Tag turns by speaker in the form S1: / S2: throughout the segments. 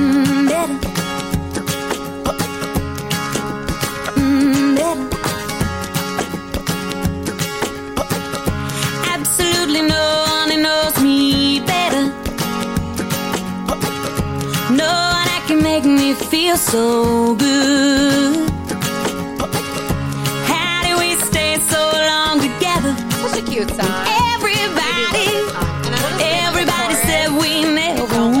S1: better. Mm, better. Absolutely no one knows me better. No one that can make me feel so good. How do we stay so long together?
S2: Such a cute song.
S1: Everybody, everybody said we never
S2: Oh my God,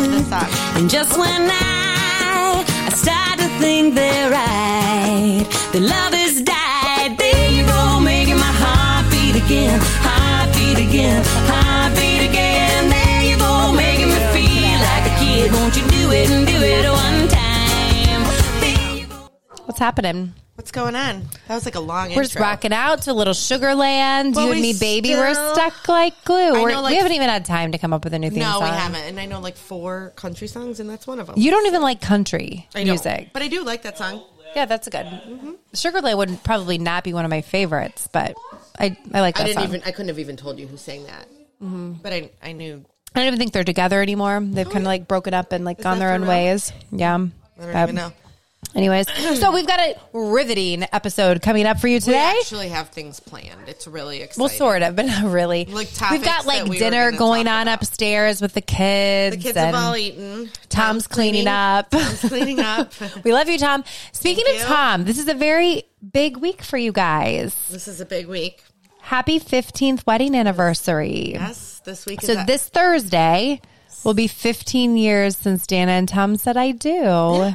S1: would.
S2: love this song.
S1: And just when I, I start to think they're right, the love has died. There you go, making my heart beat again, heartbeat again, heartbeat again. There you go, making me feel like a kid. Won't you do it and do it one time? There you go.
S3: What's happening?
S2: What's going on? That was like a long
S3: We're just
S2: intro.
S3: rocking out to a little sugar land.
S2: Well,
S3: you
S2: we
S3: and me, baby. We're
S2: still-
S3: stuck like glue. We're,
S2: know, like-
S3: we haven't even had time to come up with a new theme
S2: No,
S3: song.
S2: we haven't. And I know like four country songs, and that's one of them.
S3: You don't even like country
S2: I don't.
S3: music.
S2: But I do like that song.
S3: Yeah, that's good. Mm-hmm. Sugar Land would probably not be one of my favorites, but I, I like that
S2: I didn't
S3: song.
S2: even. I couldn't have even told you who sang that. Mm-hmm. But I, I knew.
S3: I don't even think they're together anymore. They've kind of like broken up and like gone
S2: that
S3: their
S2: for
S3: own
S2: real?
S3: ways. Yeah.
S2: I don't
S3: But
S2: even know.
S3: Anyways, so we've got a riveting episode coming up for you
S2: We
S3: today.
S2: actually have things planned. It's really exciting.
S3: Well, sort of, but not really.
S2: Like
S3: we've
S2: topics
S3: got
S2: that
S3: like
S2: we were
S3: dinner
S2: gonna
S3: going
S2: talk
S3: on
S2: about.
S3: upstairs with the kids.
S2: The kids
S3: and
S2: have all eaten.
S3: Tom's cleaning up.
S2: Tom's cleaning up.
S3: we love you, Tom. Speaking
S2: Thank
S3: of
S2: you.
S3: Tom, this is a very big week for you guys.
S2: this is a big week.
S3: Happy 15th wedding anniversary.
S2: Yes, this week.
S3: So
S2: is a-
S3: this Thursday will be 15 years since Dana and Tom said I do.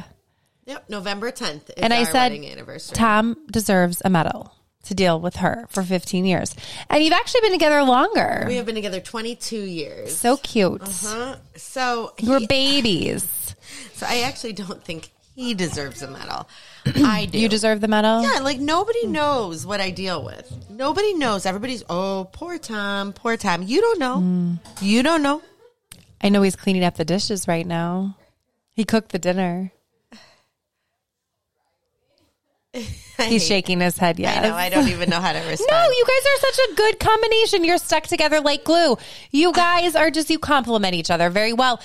S2: Yep, November tenth.
S3: and I
S2: our
S3: said
S2: wedding anniversary.
S3: Tom deserves a medal to deal with her for 15 years. And you've actually been together longer.
S2: we Uh-huh. have been together twenty two years.
S3: so cute.
S2: Huh? So
S3: You were babies.
S2: So I actually don't think he deserves a medal. I do.
S3: You deserve the medal.
S2: Yeah, like nobody knows what I deal with. Nobody knows. Everybody's, oh, poor Tom, poor Tom. You don't know. You don't know.
S3: I know he's cleaning up the dishes right now. He cooked the dinner. He's shaking his head. Yes.
S2: I know. I don't even know how to respond.
S3: No, you guys are such a good combination. You're stuck together like glue.
S2: Ah.
S3: You guys are just, you complement each other very well.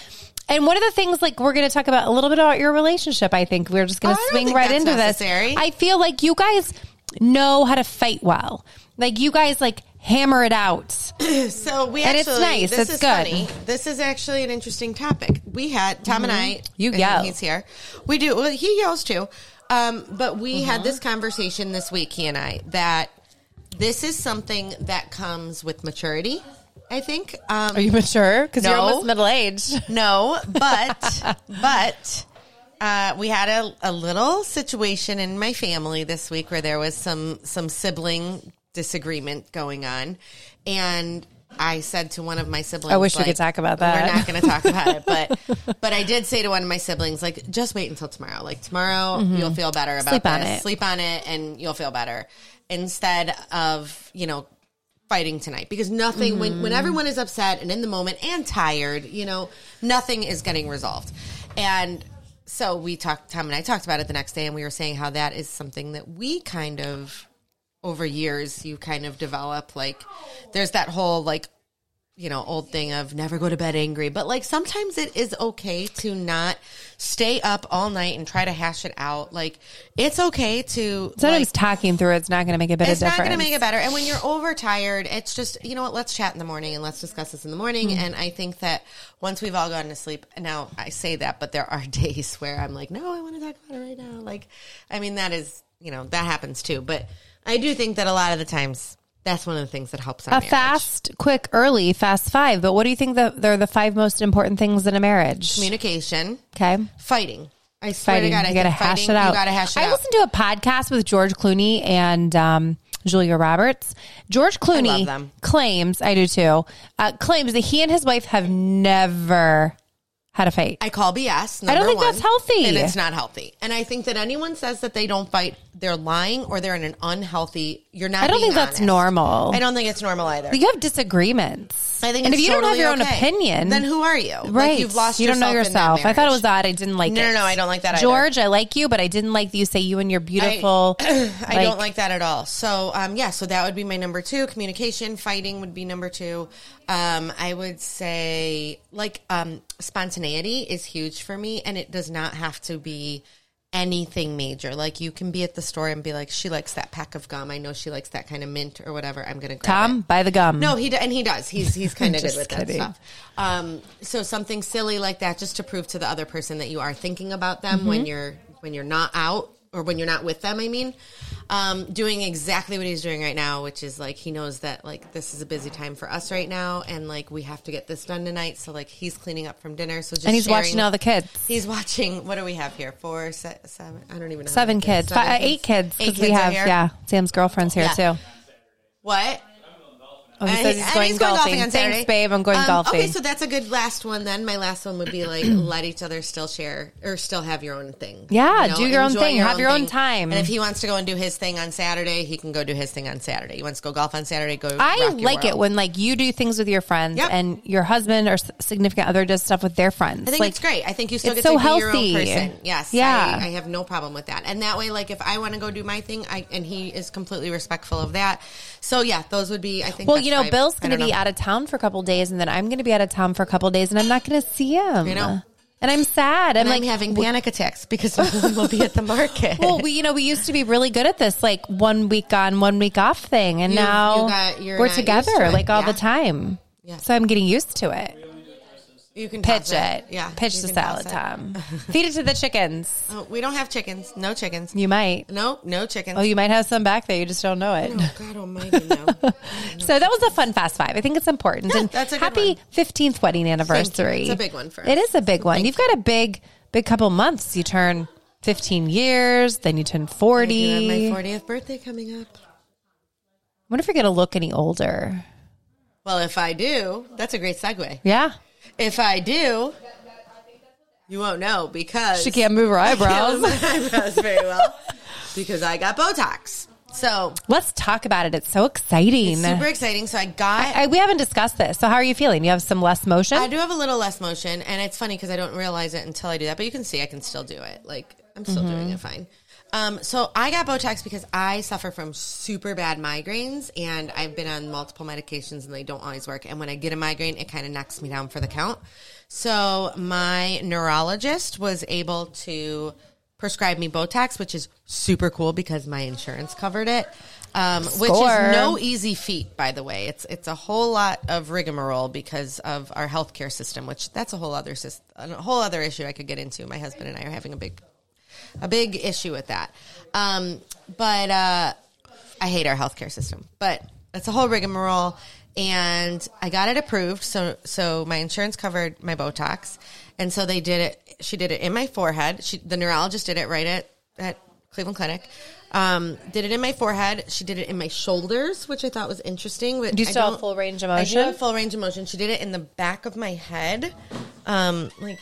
S3: And one of the things, like, we're going to talk about a little bit about your relationship, I think. We're just going
S2: Oh,
S3: to
S2: I don't
S3: swing
S2: think
S3: right
S2: that's
S3: into
S2: necessary.
S3: this. I feel like you guys know how to fight well. Like, you guys, like, hammer it out.
S2: So we
S3: And it's
S2: actually,
S3: nice.
S2: This
S3: It's
S2: is
S3: good.
S2: funny. This is actually an interesting topic. We had Tom and I.
S3: You
S2: and
S3: yell.
S2: He's here. We do. Well, he yells too. Um, but we had this conversation this week, he and I, that this is something that comes with maturity. I think. Um,
S3: Are you mature? Because you're
S2: No.
S3: almost middle aged.
S2: No, but but uh, we had a, a little situation in my family this week where there was some some sibling disagreement going on, and I said to one of my siblings,
S3: I wish we
S2: like,
S3: could talk about that.
S2: We're not going to talk about it, but but I did say to one of my siblings, like, just wait until tomorrow. Like tomorrow, you'll feel better
S3: Mm-hmm.
S2: about
S3: Sleep
S2: this.
S3: on it.
S2: Sleep on it, and you'll feel better instead of you know fighting tonight because nothing when
S3: Mm-hmm.
S2: when everyone is upset and in the moment and tired, you know, nothing is getting resolved. And so we talked Tom and I talked about it the next day and we were saying how that is something that we kind of over years you kind of develop like there's that whole like you know old thing of never go to bed angry but like sometimes it is okay to not stay up all night and try to hash it out like it's okay to
S3: Sometimes
S2: like,
S3: talking through it's not going to make a bit
S2: it's
S3: of
S2: not
S3: difference.
S2: going to make it better. And when you're overtired, it's just you know what? Let's chat in the morning and let's discuss this in the morning.
S3: Hmm.
S2: And I think that once we've all gotten to sleep, now I say that, but there are days where I'm like, no, I want to talk about it right now. Like, I mean, that is you know that happens too. But I do think that a lot of the times that's one of the things that helps our
S3: a
S2: marriage.
S3: fast, quick, early, fast five. But what do you think that they're the five most important things in a marriage?
S2: communication,
S3: Okay.
S2: fighting. I swear
S3: Fighting.
S2: to God, I
S3: you gotta
S2: think
S3: hash
S2: fighting,
S3: it out.
S2: You gotta hash it
S3: I
S2: out.
S3: listened to a podcast with George Clooney and um, Julia Roberts. George Clooney
S2: love them.
S3: claims, I do too, uh, claims that he and his wife have never had a fight.
S2: I call BS. Number
S3: don't think
S2: one,
S3: that's healthy.
S2: and it's not healthy. And I think that anyone says that they don't fight, they're lying or they're in an unhealthy. You're not.
S3: I don't
S2: being
S3: think that's
S2: honest.
S3: normal.
S2: I don't think it's normal either.
S3: You have disagreements.
S2: I think,
S3: and
S2: it's
S3: if you don't have
S2: totally
S3: your own
S2: okay.
S3: opinion,
S2: then who are you? Like,
S3: Right.
S2: you've lost.
S3: You don't know
S2: yourself in that
S3: yourself. I thought it
S2: marriage.
S3: was odd. I didn't like
S2: No,
S3: it.
S2: no, no, I don't like that either.
S3: George, I like you, but I didn't like that you say you and your beautiful.
S2: I don't like that at all. So, um, yeah, so that would be my number two. Communication, fighting would be number two. Um, I would say like um, spontaneity is huge for me, and it does not have to be anything major. Like you can be at the store and be like, she likes that pack of gum. I know she likes that kind of mint or whatever. I'm gonna grab it.
S3: Tom, by the gum.
S2: No, he do- and he does. He's he's kind of good
S3: Just
S2: with
S3: kidding.
S2: that stuff. Um, so something silly like that, just to prove to the other person that you are thinking about them
S3: Mm-hmm.
S2: when you're when you're not out or when you're not with them. I mean, um, doing exactly what he's doing right now, which is like he knows that like this is a busy time for us right now, and like we have to get this done tonight. So like he's cleaning up from dinner, so just
S3: and he's
S2: sharing-
S3: watching all the kids.
S2: He's watching. What do we have here? Four, se- seven. I don't even know. how
S3: Seven
S2: many
S3: kids,
S2: Seven
S3: Fi- uh, eight kids,
S2: Eight
S3: because we
S2: kids are
S3: have
S2: here?
S3: yeah. Sam's girlfriend's here
S2: Yeah.
S3: too.
S2: What?
S3: Oh, he
S2: And
S3: says
S2: he-
S3: he's
S2: and
S3: going, golfing.
S2: on
S3: Thanks,
S2: Saturday.
S3: babe. I'm going
S2: Um,
S3: golfing.
S2: Okay, so that's a good last one. Then my last one would be like let each other still share or still have your own thing.
S3: Yeah, do your own
S2: enjoy
S3: thing. Have your own time.
S2: And if he wants to go and do his thing on Saturday, he can go do his thing on Saturday. He wants to go golf on Saturday. Go.
S3: I
S2: rock your
S3: like it
S2: world.
S3: when like you do things with your friends
S2: Yep.
S3: and your husband or s- significant other does stuff with their friends.
S2: I think
S3: like,
S2: it's great. I think you still
S3: it's
S2: get
S3: so
S2: to be
S3: healthy.
S2: your own person. Yes.
S3: Yeah.
S2: I, I have no problem with that. And that way, like if I want to go do my thing, I and he is completely respectful of that. So yeah, those would be. I think.
S3: Well,
S2: that's
S3: you know,
S2: my-
S3: Bill's
S2: I
S3: going to
S2: don't
S3: be
S2: know.
S3: out of town for a couple days, and then I'm going to be out of town for a couple days, and I'm not going to see him.
S2: I know.
S3: And I'm sad. I'm
S2: And
S3: like
S2: I'm having panic attacks because we'll be at the market.
S3: Well, we you know we used to be really good at this like one week on, one week off thing, and
S2: You-
S3: now
S2: you got- you're
S3: we're
S2: not used to
S3: together
S2: it.
S3: like all
S2: Yeah.
S3: the time.
S2: Yeah.
S3: So I'm getting used to it.
S2: You can
S3: Pitch
S2: toss
S3: it.
S2: Yeah.
S3: Pitch
S2: you
S3: the
S2: can toss
S3: salad,
S2: it.
S3: Tom. Feed it to the chickens.
S2: Oh, we don't have chickens. No chickens.
S3: You might.
S2: No, no chickens.
S3: Oh, you might have some back there. You just don't know it.
S2: Oh, God almighty, no.
S3: So that was a fun fast five. I think it's important.
S2: Yeah,
S3: and
S2: that's a good
S3: happy
S2: one.
S3: 15th wedding anniversary.
S2: It's a big one for us.
S3: It is a big one.
S2: Thank
S3: You've got a big, big couple months. You turn 15 years, then you turn 40.
S2: I do
S3: I
S2: have my 40th birthday coming up.
S3: wonder if you're going to look any older.
S2: Well, if I do, that's a great segue.
S3: Yeah.
S2: If I do, you won't know because
S3: She can't move her eyebrows.
S2: my eyebrows very well because I got Botox. So
S3: Let's talk about it. It's so exciting.
S2: super exciting. So I got.
S3: I, we haven't discussed this. So how are you feeling? You have some less motion?
S2: I do have a little less motion, and it's funny because I don't realize it until I do that. But you can see I can still do it. Like I'm still doing it fine. Um, so I got Botox because I suffer from super bad migraines, and I've been on multiple medications, and they don't always work. And when I get a migraine, it kind of knocks me down for the count. So my neurologist was able to prescribe me Botox, which is super cool because my insurance covered it. Um, which
S3: Score.
S2: is no easy feat, by the way. It's it's a whole lot of rigmarole because of our healthcare system, which that's a whole other sys- a whole other issue I could get into. My husband and I are having a big a big issue with that. Um, but uh, I hate our healthcare system, but that's a whole rigmarole. And I got it approved, so so my insurance covered my Botox, and so they did it. She did it in my forehead. She, the neurologist did it right at at Cleveland Clinic. Um, did it in my forehead. She did it in my shoulders, which I thought was interesting. But
S3: Do you
S2: I
S3: still have
S2: don't-
S3: full range of
S2: I do
S3: motion?
S2: have full range of motion. She did it in the back of my head, um, like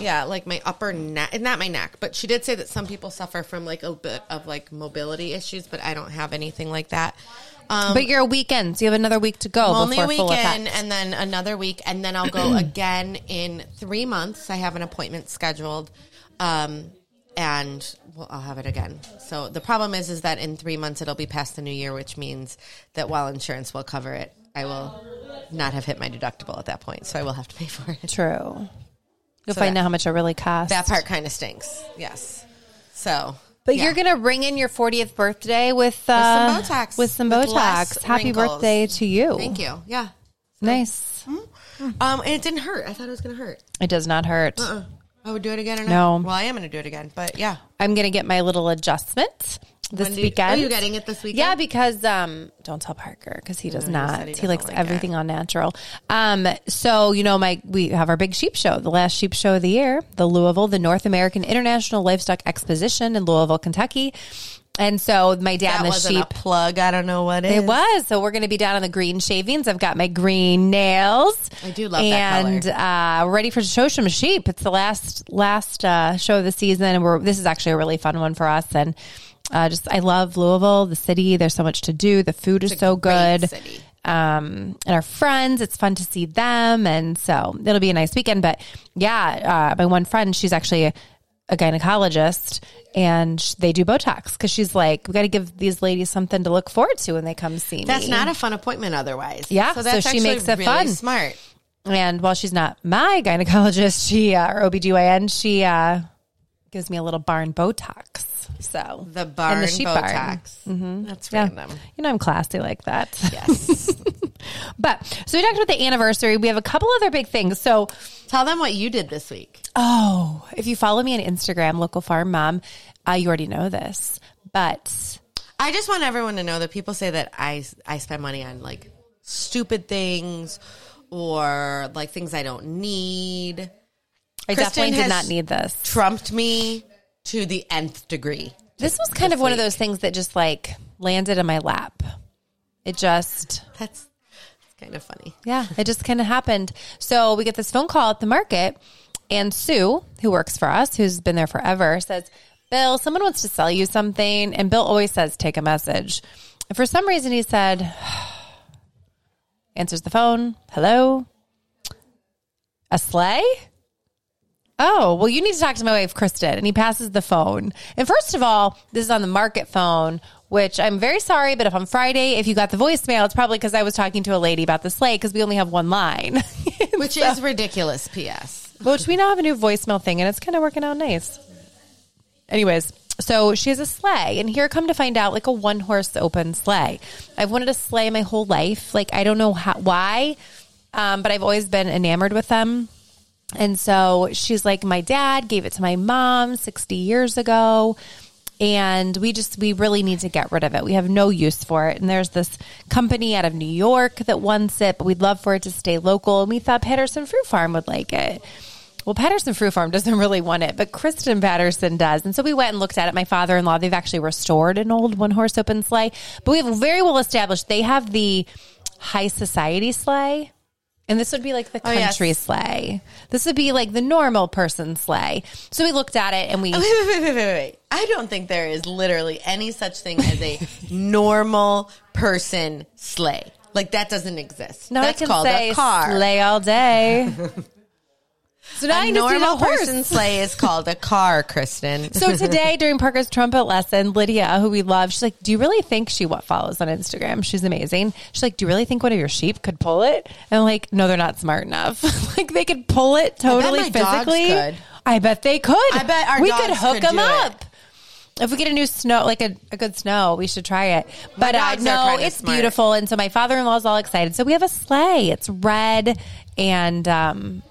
S2: yeah, like my upper neck, not my neck, but she did say that some people suffer from like a bit of like mobility issues, but I don't have anything like that. Um,
S3: but you're a weekend, so you have another week to go
S2: only
S3: Oh, before
S2: a
S3: full
S2: weekend
S3: effect.
S2: and then another week, and then I'll go again in three months. I have an appointment scheduled, um, and well, I'll have it again. So the problem is, is that in three months it'll be past the new year, which means that while insurance will cover it, I will not have hit my deductible at that point, so I will have to pay for it.
S3: True. You'll
S2: So
S3: find
S2: that-
S3: out how much it really costs.
S2: That part kind of stinks. Yes. So,
S3: But
S2: yeah.
S3: you're gonna ring in your 40th birthday with, uh,
S2: some Botox.
S3: With some
S2: With
S3: Botox.
S2: less
S3: Happy
S2: wrinkles.
S3: birthday to you!
S2: Thank you. Yeah.
S3: Nice.
S2: Um, and it didn't hurt. I thought it was gonna hurt.
S3: It does not hurt.
S2: Uh, I would do it again or
S3: No.
S2: not. Well, I am gonna do it again. But yeah,
S3: I'm gonna get my little adjustment this
S2: When do you-
S3: weekend.
S2: Oh, you're getting it this weekend?
S3: Yeah, because um, don't tell Parker because he does not.
S2: said he
S3: He,
S2: doesn't
S3: likes
S2: like
S3: everything on natural. Um, so you know, my we have our big sheep show, the last sheep show of the year, the Louisville, the North American International Livestock Exposition in Louisville, Kentucky. And so my dad
S2: that
S3: and the
S2: wasn't
S3: sheep.
S2: a plug. I don't know what
S3: It was. So we're going to be down on the green shavings. I've got my green nails.
S2: I do love that
S3: and,
S2: color.
S3: uh, we're ready for show some sheep. It's the last last uh, show of the season, and we're this is actually a really fun one for us. And Uh, just I love Louisville, the city. There's so much to do. The food is
S2: a
S3: so
S2: great
S3: good.
S2: city.
S3: Um, and our friends, it's fun to see them, and so it'll be a nice weekend. But yeah, uh, my one friend, she's actually a, a gynecologist, and sh- they do Botox because she's like, we got to give these ladies something to look forward to when they come see me.
S2: That's not a fun appointment otherwise.
S3: Yeah,
S2: So that's
S3: so she
S2: actually
S3: makes it
S2: really
S3: fun.
S2: smart.
S3: And while she's not my gynecologist, she uh, or OBGYN, she uh, gives me a little barn Botox. So
S2: The barn
S3: and the sheep barn. Mm-hmm.
S2: Botox. That's random.
S3: You know I'm classy like that.
S2: Yes.
S3: But so we talked about the anniversary. We have a couple other big things. So
S2: Tell them what you did this week.
S3: oh, if you follow me on Instagram, local farm mom, uh, you already know this, but
S2: I just want everyone to know that people say that I I spend money on like stupid things or like things I don't need.
S3: I
S2: Kristen
S3: definitely did
S2: has-
S3: not need this.
S2: Trumped me to the nth degree.
S3: This was kind of one of those things that just like landed in my lap. It just
S2: That's, that's kind of funny.
S3: Yeah, it just kind of happened. So we get this phone call at the market, and Sue, who works for us, who's been there forever, says, Bill, someone wants to sell you something. And Bill always says, take a message. And for some reason, he said, answers the phone, hello, a sleigh? Oh, well, you need to talk to my wife, Kristen. And he passes the phone. And first of all, this is on the market phone, which I'm very sorry, but if on Friday, if you got the voicemail, it's probably because I was talking to a lady about the sleigh because we only have one line,
S2: Which is ridiculous, P.S.
S3: which we now have a new voicemail thing and it's kind of working out nice. Anyways, so she has a sleigh, and here come to find out, like a one horse open sleigh. I've wanted a sleigh my whole life. Like, I don't know how, why, um, but I've always been enamored with them. And so she's like, my dad gave it to my mom 60 years ago. And we just, we really need to get rid of it. We have no use for it. And there's this company out of New York that wants it, but we'd love for it to stay local. And we thought Patterson Fruit Farm would like it. Well, Patterson Fruit Farm doesn't really want it, but Kristen Patterson does. And so we went and looked at it. My father in law, they've actually restored an old one horse open sleigh, but we have very well established they have the high society sleigh. And this would be like the
S2: yes.
S3: country sleigh. This would be like the normal person sleigh. So we looked at it and we.
S2: Wait, Oh, wait, wait, wait, wait, wait. I don't think there is literally any such thing as a normal person sleigh. Like that doesn't exist.
S3: Now
S2: That's
S3: I can
S2: called
S3: say
S2: a car.
S3: sleigh all day. so now I
S2: A
S3: just need a
S2: normal
S3: horse.
S2: person sleigh is called a car, Kristen.
S3: So today during Parker's trumpet lesson, Lydia, who we love, she's like, "Do you really think she what follows on Instagram? She's amazing." She's like, "Do you really think one of your sheep could pull it?" And I'm like, "No, they're not smart enough. like they could pull it totally
S2: my dogs
S3: physically.
S2: could.
S3: I bet they could.
S2: I bet our
S3: we
S2: dogs
S3: could hook
S2: could
S3: them
S2: do it.
S3: up." If we get a new snow, like a, a good snow, we should try it. But uh,
S2: dogs are
S3: no,
S2: kinda
S3: it's
S2: smart.
S3: beautiful. And so my father in law is all excited. So we have a sleigh. It's red and um,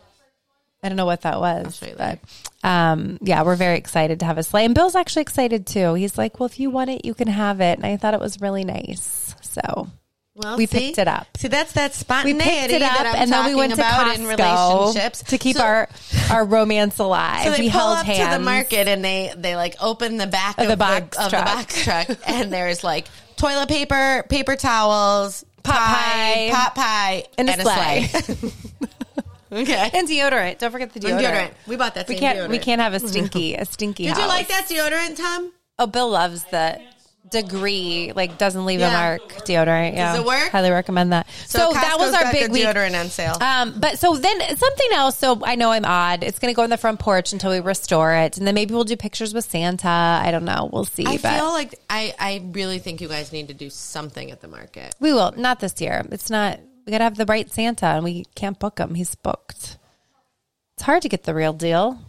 S3: I don't know what that was.
S2: show you
S3: but,
S2: later.
S3: um, yeah, we're very excited to have a sleigh. And Bill's actually excited too. He's like, well, if you want it, you can have it. And I thought it was really nice. So
S2: Well,
S3: we
S2: see?
S3: picked it up.
S2: See, that's that
S3: We
S2: spontaneity
S3: picked it up
S2: that I'm
S3: and then we
S2: talking
S3: went to
S2: about in relationships
S3: Costco to keep
S2: So-
S3: our, our romance alive.
S2: So they
S3: we
S2: pull
S3: held
S2: up
S3: hands.
S2: to the market and they they like open the back of,
S3: the
S2: the
S3: box
S2: box of
S3: truck.
S2: the box truck and there's like toilet paper, paper towels,
S3: Pot pie.
S2: pie, pot pie,
S3: And a
S2: sleigh. okay.
S3: And deodorant. Don't forget the
S2: And
S3: deodorant.
S2: deodorant. We bought that.
S3: We
S2: same
S3: can't.
S2: Deodorant.
S3: We can't have a stinky. A stinky.
S2: Did you
S3: house.
S2: like that deodorant, Tom?
S3: Oh, Bill loves the degree. Like doesn't leave a
S2: Yeah.
S3: mark deodorant. Yeah,
S2: it work?
S3: Highly recommend that. So, that was
S2: Costco's
S3: our
S2: got
S3: big
S2: good
S3: week.
S2: deodorant on sale.
S3: Um, but so then something else. So I know I'm odd. It's going to go on the front porch until we restore it, and then maybe we'll do pictures with Santa. I don't know. We'll see.
S2: I
S3: but
S2: feel like I I really think you guys need to do something at the market.
S3: we will not this year. It's not. We got to have the right Santa, and we can't book him. He's booked. It's hard to get the real deal.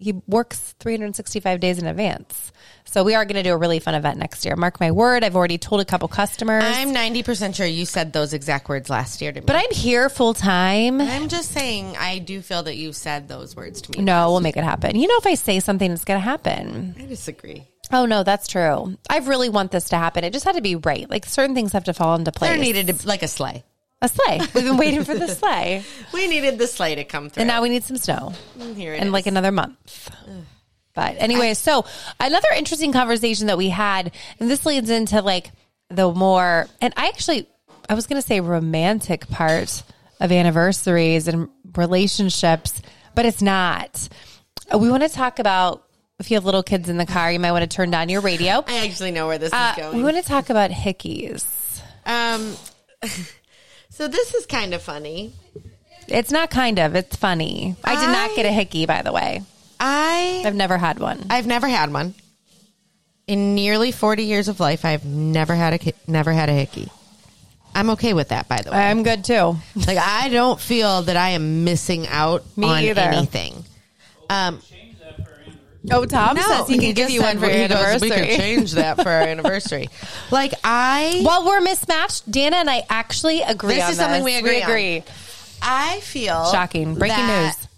S3: He works 365 days in advance. So we are going to do a really fun event next year. Mark my word. I've already told a couple customers.
S2: I'm 90% sure you said those exact words last year to me.
S3: But I'm here full time.
S2: I'm just saying, I do feel that you said those words to me.
S3: No, we'll make it happen. You know, if I say something, it's going to happen.
S2: I disagree.
S3: Oh, no, that's true. I really want this to happen. It just had to be right. Like certain things have to fall into place.
S2: There needed to, like a sleigh.
S3: a sleigh. We've been waiting for the sleigh.
S2: We needed the sleigh to come through.
S3: And now we need some snow
S2: here it
S3: in
S2: is.
S3: like another month. But anyway, so another interesting conversation that we had, and this leads into like the more, and I actually, I was going to say romantic part of anniversaries and relationships, but it's not. We want to Uh, talk about if you have little kids in the car, you might want to turn down your radio.
S2: I actually know where this
S3: Uh,
S2: is going.
S3: we want to talk about hickeys.
S2: Um, so this is kind of funny.
S3: It's not kind of, it's funny. I did not
S2: I-
S3: get a hickey, by the way.
S2: I
S3: I've never had one.
S2: I've never had one. In nearly forty years of life, I've never had a ki- never had a hickey. I'm okay with that, by the way.
S3: I'm good too.
S2: Like I don't feel that I am missing out
S3: Me
S2: on
S3: either.
S2: anything. Um,
S3: Oh, Tom says he can
S2: just
S3: give you one
S2: said
S3: for your
S2: he goes,
S3: anniversary.
S2: We could change that for our anniversary. like I,
S3: Well, we're mismatched. Dana and I actually agree.
S2: This
S3: on
S2: is something we agree on.
S3: agree.
S2: I feel
S3: Shocking. Breaking
S2: that-
S3: news.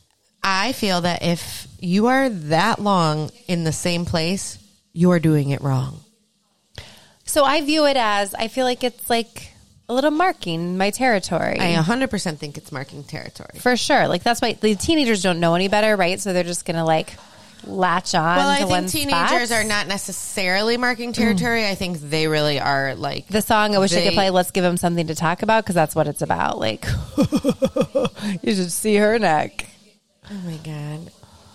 S2: I feel that if you are that long in the same place, you are doing it wrong.
S3: So I view it as I feel like it's like a little marking my territory.
S2: I 100% think it's marking territory.
S3: for sure. Like that's why the teenagers don't know any better, right? So they're just gonna like latch on.
S2: Well,
S3: to
S2: I
S3: one
S2: think teenagers
S3: spot.
S2: are not necessarily marking territory. I think they really are like
S3: The song I wish they, could
S2: They-
S3: play. Let's give them something to talk about because that's what it's about. Like you should see her neck.
S2: Oh my god.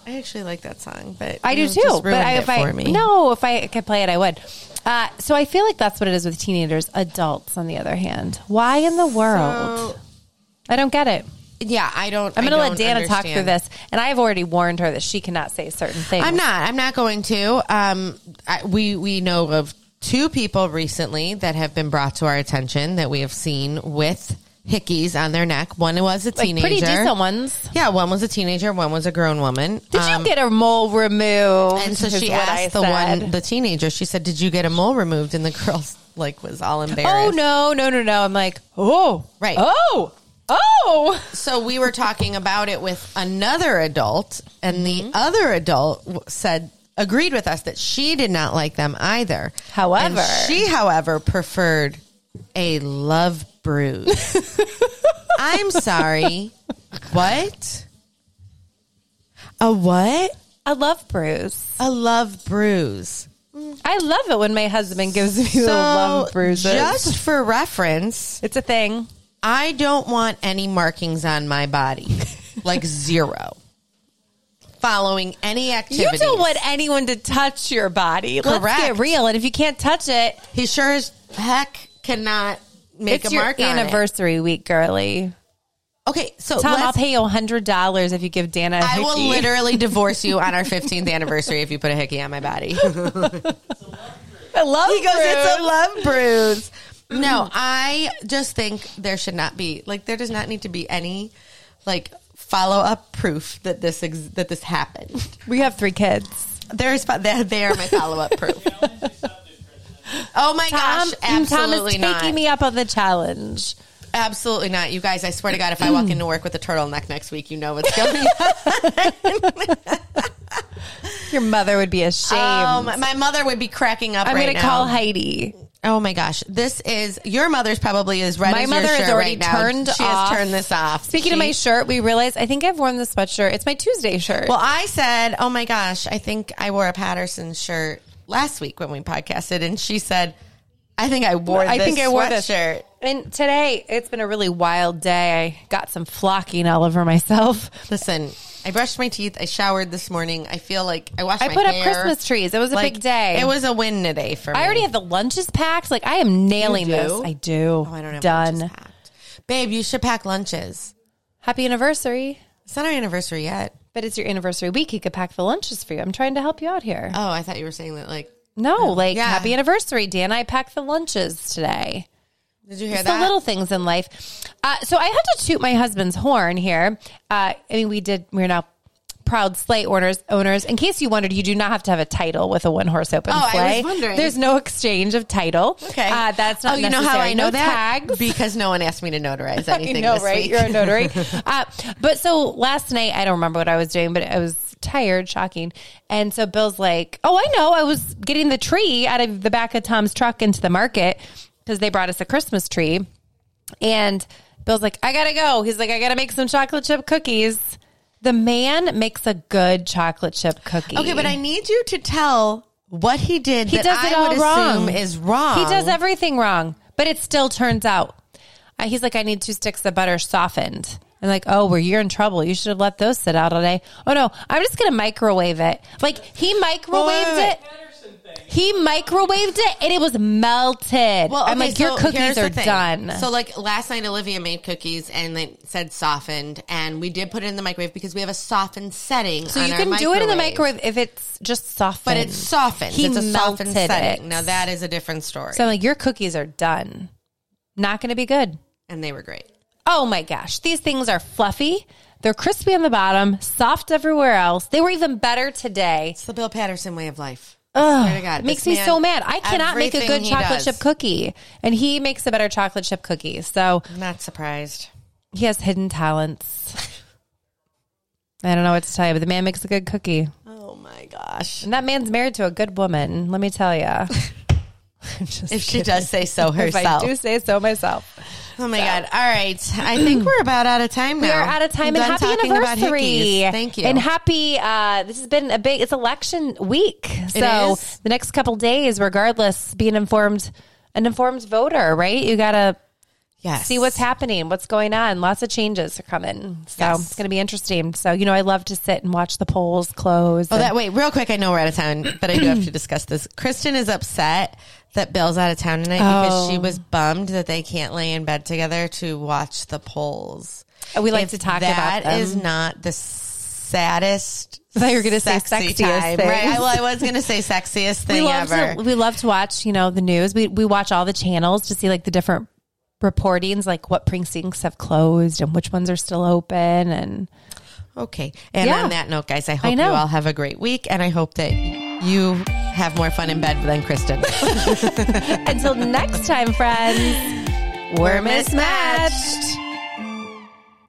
S2: I actually like that song, but
S3: I do
S2: you
S3: too.
S2: just
S3: But
S2: ruined
S3: I,
S2: it
S3: if I
S2: for me.
S3: no, if I could play it, I would. Uh, so I feel like that's what it is with teenagers. Adults, on the other hand, why in the world?
S2: So,
S3: I don't get it.
S2: yeah, I don't.
S3: I'm
S2: I
S3: going to let
S2: don't
S3: Dana talk
S2: understand.
S3: through this, and I have already warned her that she cannot say certain things.
S2: I'm not. I'm not going to. Um, I, we we know of two people recently that have been brought to our attention that we have seen with hickeys on their neck. One was a
S3: like
S2: teenager.
S3: pretty decent ones.
S2: Yeah, one was a teenager. One was a grown woman.
S3: Did
S2: Um,
S3: you get a mole removed?
S2: And so
S3: Is
S2: she
S3: what I
S2: asked the
S3: said.
S2: one, the teenager. She said, "Did you get a mole removed?" And the girl like was all embarrassed.
S3: Oh no, no, no, no! I'm like, oh,
S2: Right.
S3: oh, oh.
S2: so we were talking about it with another adult, and
S3: Mm-hmm.
S2: the other adult w- said agreed with us that she did not like them either.
S3: However-
S2: And she, however, preferred a love bruise. I'm sorry, what? A what?
S3: I love bruise.
S2: A love bruise.
S3: I love it when my husband gives me the love bruises.
S2: just for reference,
S3: it's a thing.
S2: I don't want any markings on my body, like zero. Following any activities,
S3: You don't want anyone to touch your body. Let's get
S2: Correct.
S3: real. And if you can't touch it,
S2: He sure as heck cannot make
S3: it's
S2: a
S3: your
S2: mark on
S3: anniversary week, girly.
S2: it. Okay, so
S3: Tom, I'll
S2: let's-
S3: pay you hundred dollars if you give Dana. a
S2: I will
S3: hickey.
S2: literally divorce you on our 15th anniversary if you put a hickey on my body. he goes,
S3: I love he
S2: it's a love bruise. No, I just think there should not be like there does not need to be any like follow up proof that this ex- that this happened.
S3: we have three kids.
S2: There's they they are my follow up proof. Oh my
S3: Tom,
S2: gosh!
S3: Tom is
S2: Absolutely
S3: taking
S2: not.
S3: me up on the challenge.
S2: absolutely not. You guys, I swear to God, if I walk into work with a turtleneck next week, you know what's going on.
S3: Your mother would be ashamed.
S2: Oh, my, my mother would be cracking up
S3: Um, I'm
S2: right
S3: going to
S2: now.
S3: call Heidi.
S2: oh my gosh, this is your mother's probably is red.
S3: My
S2: as
S3: mother
S2: your
S3: is
S2: shirt
S3: already
S2: right now.
S3: turned
S2: She
S3: off.
S2: has turned this off.
S3: Speaking of
S2: She-
S3: my shirt, we realized I think I've worn this sweatshirt. It's my Tuesday shirt.
S2: well, I said, oh my gosh, I think I wore a Patterson shirt last week when we podcasted, and she said, I think I wore.
S3: I
S2: this
S3: think I wore this
S2: sweatshirt.
S3: and today it's been a really wild day. I got some flocking all over myself.
S2: Listen, I brushed my teeth. I showered this morning. I feel like I washed.
S3: I
S2: my
S3: put up
S2: hair.
S3: Christmas trees. It was a
S2: Like,
S3: big day.
S2: It was a win today for me.
S3: I already have the lunches packed. Like I am nailing
S2: do?
S3: this. I do.
S2: Oh, I don't have
S3: Done.
S2: lunches packed. Babe, you should pack lunches.
S3: Happy anniversary.
S2: It's not our anniversary yet.
S3: But it's your anniversary week. You could pack the lunches for you. I'm trying to help you out here.
S2: Oh, I thought you were saying that. Like,
S3: no, like
S2: Yeah.
S3: happy anniversary, Dan. I packed the lunches today.
S2: did you hear
S3: It's the
S2: that?
S3: little things in life. Uh, so I had to toot my husband's horn here. Uh, I mean, we did. We're now proud sleigh owners. Owners. In case you wondered, you do not have to have a title with a one horse open
S2: Oh, I was
S3: sleigh.
S2: wondering.
S3: There's no exchange of title.
S2: okay,
S3: uh, that's not.
S2: Oh, you know how
S3: necessary.
S2: I know
S3: no
S2: that
S3: Tags.
S2: because no one asked me to notarize
S3: I
S2: anything.
S3: know,
S2: this
S3: right?
S2: week.
S3: You're a notary. uh, but so last night, I don't remember what I was doing, but I was tired, shocking. And so Bill's like, "Oh, I know. I was getting the tree out of the back of Tom's truck into the market because they brought us a Christmas tree." And Bill's like, "I gotta go." He's like, "I gotta make some chocolate chip cookies." The man makes a good chocolate chip cookie.
S2: okay, but I need you to tell what he did.
S3: He
S2: that
S3: does it
S2: I
S3: all
S2: would
S3: wrong.
S2: assume Is wrong.
S3: He does everything wrong, but it still turns out. Uh, he's like, I need two sticks of butter softened. and like, oh, well, you're in trouble. You should have let those sit out all day. Oh no, I'm just gonna microwave it. Like he microwaved
S2: wait,
S3: it. He microwaved it and it was melted.
S2: Well,
S3: I'm
S2: okay,
S3: like, your
S2: so
S3: cookies
S2: here's the
S3: are
S2: thing.
S3: done.
S2: So, like last night, Olivia made cookies and they said softened, and we did put it in the microwave because we have a softened setting.
S3: So
S2: on
S3: you
S2: our
S3: can do it in the
S2: microwave.
S3: microwave if it's just softened.
S2: But it's softened.
S3: He
S2: it's a softened
S3: melted
S2: setting.
S3: it.
S2: Now that is a different story.
S3: So I'm like, your cookies are done. Not going to be good.
S2: and they were great.
S3: Oh my gosh. These things are fluffy. They're crispy on the bottom, soft everywhere else. They were even better today.
S2: It's the Bill Patterson way of life.
S3: Ugh,
S2: Swear to God,
S3: makes
S2: this
S3: me
S2: man-
S3: so mad. I cannot make a
S2: everything
S3: good
S2: he
S3: chocolate
S2: does.
S3: chip cookie. And he makes a better chocolate chip cookie. So
S2: I'm not surprised.
S3: he has hidden talents. I don't know what to tell you, but the man makes a good cookie.
S2: Oh my gosh.
S3: And that man's married to a good woman, let me tell you.
S2: If she does say so
S3: If
S2: herself.
S3: I do say so myself.
S2: Oh my God. All right. I think we're about out of time now.
S3: We are out of time
S2: I'm
S3: and
S2: done
S3: happy
S2: talking about
S3: anniversary.
S2: hickeys. Thank you.
S3: And happy, uh, this has been a big, it's election week. So
S2: is.
S3: the next couple days, regardless, be an informed, an informed voter, right? You got to
S2: yes.
S3: see what's happening, what's going on. Lots of changes are coming. So
S2: Yes.
S3: it's going to be interesting. So, you know, I love to sit and watch the polls close.
S2: Oh,
S3: and-
S2: that wait, real quick. I know we're out of town, but I do have to discuss this. Kristen is upset that Bill's out of town tonight because
S3: Oh.
S2: she was bummed that they can't lay in bed together to watch the polls.
S3: we like
S2: If
S3: to talk
S2: that
S3: about them.
S2: is not the saddest.
S3: I thought you were gonna say sexiest thing.
S2: right? I, well, I was going to say sexiest
S3: we
S2: thing
S3: love
S2: ever.
S3: to we love to watch you know the news we we watch all the channels to see like the different reportings like what precincts have closed and which ones are still open and
S2: okay, and
S3: Yeah.
S2: on that note, guys, I hope you
S3: know.
S2: all have a great week, and I hope that you have more fun in bed than Kristen.
S3: until next time friends we're mismatched.